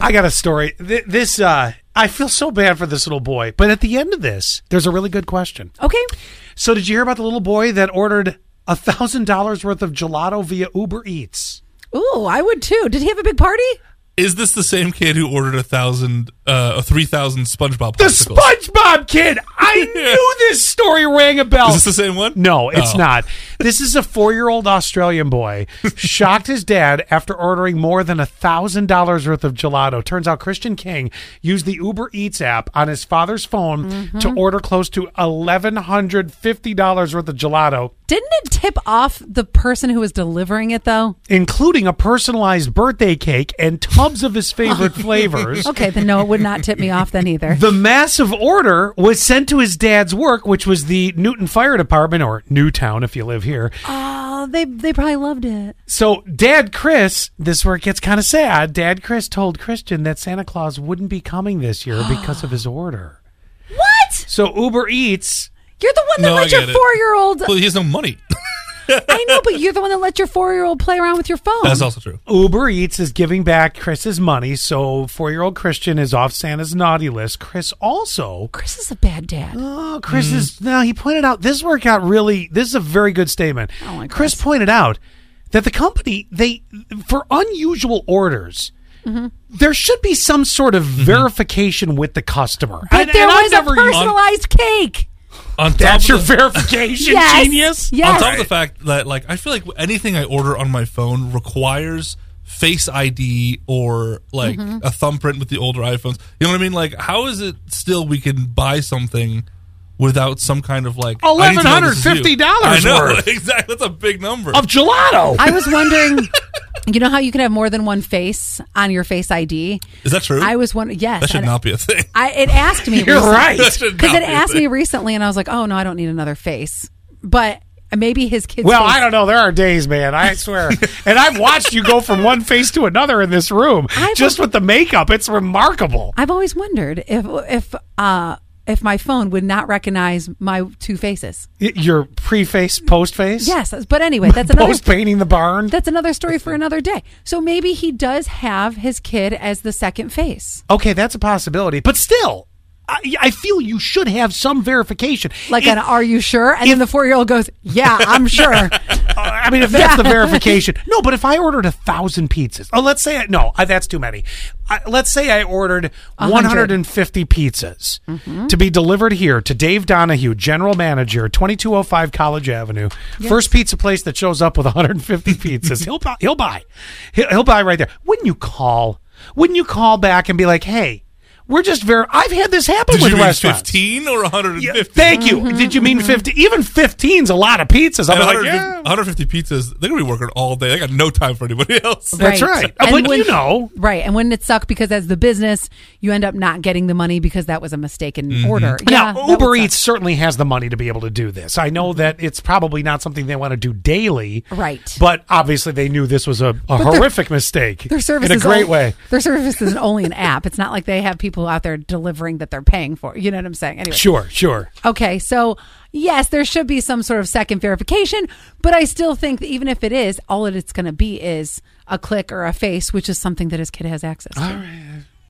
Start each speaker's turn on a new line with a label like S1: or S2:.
S1: I got a story. Th- This, uh, I feel so bad for this little boy. But at the end of this, there's a really good question.
S2: Okay.
S1: So, did you hear about the little boy that ordered a thousand dollars worth of gelato via Uber Eats?
S2: Ooh, I would too. Did he have a big party?
S3: Is this the same kid who ordered a thousand, uh, a three thousand SpongeBob
S1: The
S3: popsicles?
S1: SpongeBob kid. I knew this story rang a bell.
S3: Is this the same one?
S1: No, it's
S3: Oh.
S1: not. This is a four-year-old Australian boy shocked his dad after ordering more than a thousand dollars worth of gelato. Turns out Christian King used the Uber Eats app on his father's phone to order close to eleven hundred fifty dollars worth of gelato,
S2: Didn't it tip off the person who was delivering it though?
S1: including a personalized birthday cake and tubs of his favorite flavors.
S2: Okay, then no, it would not tip me off then either.
S1: The massive order was sent to his dad's work, which was the Newton Fire Department or Newtown if you live here.
S2: Oh, they they probably loved it.
S1: So, Dad Chris, this is where it gets kind of sad. Dad Chris told Christian that Santa Claus wouldn't be coming this year because of his order.
S2: What?
S1: So, Uber Eats,
S2: You're the one that
S3: No, I
S2: let your
S3: get it.
S2: four year old
S3: Well, he has no money.
S2: I know, but you're the one that let your four year old play around with your phone.
S3: That's also true.
S1: Uber Eats is giving back Chris's money. So, four year old Christian is off Santa's naughty list. Chris also.
S2: Chris is a bad dad.
S1: Oh, Chris
S2: Hmm.
S1: is. Now, he pointed out this worked out really. This is a very good statement.
S2: don't like
S1: Chris pointed out that the company, they, for unusual orders,
S2: Mm-hmm.
S1: There should be some sort of verification with the customer.
S2: But
S1: And-
S2: there
S1: and I've
S2: was a
S1: never used-
S2: personalized cake.
S3: On top
S1: That's
S3: of
S1: your
S3: the-
S1: verification
S2: Yes.
S1: genius.
S2: Yes.
S3: On top of the fact that, like, I feel like anything I order on my phone requires Face ID or like
S1: Mm-hmm.
S3: a thumbprint with the older iPhones. You know what I mean? Like, how is it still we can buy something without some kind of like I need to know this is you.
S1: $1,150
S3: I know
S1: worth.
S3: exactly. That's a big number.
S1: Of gelato.
S2: I was wondering you know how you can have more than one face on your face ID?
S3: is that true?
S2: I was wondering yes.
S3: that should
S2: and
S3: not be a thing.
S2: I, it asked me.
S1: You're right. That
S3: should
S2: Because
S3: not
S2: it
S3: be a
S2: asked me
S3: thing.
S2: recently, and I was like, "Oh no, I don't need another face." But maybe his kids.
S1: Well, I don't know. There are days, man. I swear. and I've watched you go from one face to another in this room,
S2: I've-
S1: just with the makeup. It's remarkable.
S2: I've always wondered if if uh if my phone would not recognize my two faces.
S1: Y- Your pre-face, post-face.
S2: Yes, but anyway, that's another.
S1: Post painting the barn.
S2: that's another story for another day. So maybe he does have his kid as the second face.
S1: Okay, that's a possibility. But still, I, I feel you should have some verification.
S2: Like
S1: If-
S2: an "Are you sure?" And then the four-year-old goes, "Yeah, I'm sure."
S1: Uh, I mean, if that's the verification. No, but if I ordered a thousand pizzas, oh, let's say I, no, I, that's too many. I, let's say I ordered 150 pizzas to be delivered here to Dave Donahue, general manager, 2205 College Avenue, first pizza place that shows up with 150 pizzas. he'll buy. He'll buy. He'll, he'll buy right there. Wouldn't you call? Wouldn't you call back and be like, hey? We're just very. I've had this happen
S3: Did
S1: with
S3: you mean
S1: restaurants.
S3: fifteen or one hundred and
S1: Yeah,
S3: fifty?
S1: Thank you. Did you mean 50? Even 15's a lot of pizzas. I'm like, yeah.
S3: 150 pizzas. They're gonna be working all day. They got no time for anybody else.
S1: That's right. Uh, but you know.
S2: right? And wouldn't it suck because as the business, you end up not getting the money because that was a mistaken order. Yeah,
S1: Mm-hmm. Now,
S2: that
S1: Uber
S2: would suck.
S1: Eats certainly has the money to be able to do this. I know that it's probably not something they want to do daily.
S2: Right.
S1: But obviously they knew this was a, a
S2: their-
S1: horrific mistake.
S2: Their service
S1: in a
S2: is
S1: great
S2: only-
S1: way.
S2: Their service is only an app. It's not like they have people out there delivering that they're paying for. You know what I'm saying? Anyway.
S1: Sure, sure.
S2: Okay, so yes, there should be some sort of second verification, but I still think that even if it is, all that it's going to be is a click or a face, which is something that his kid has access to.
S1: All right,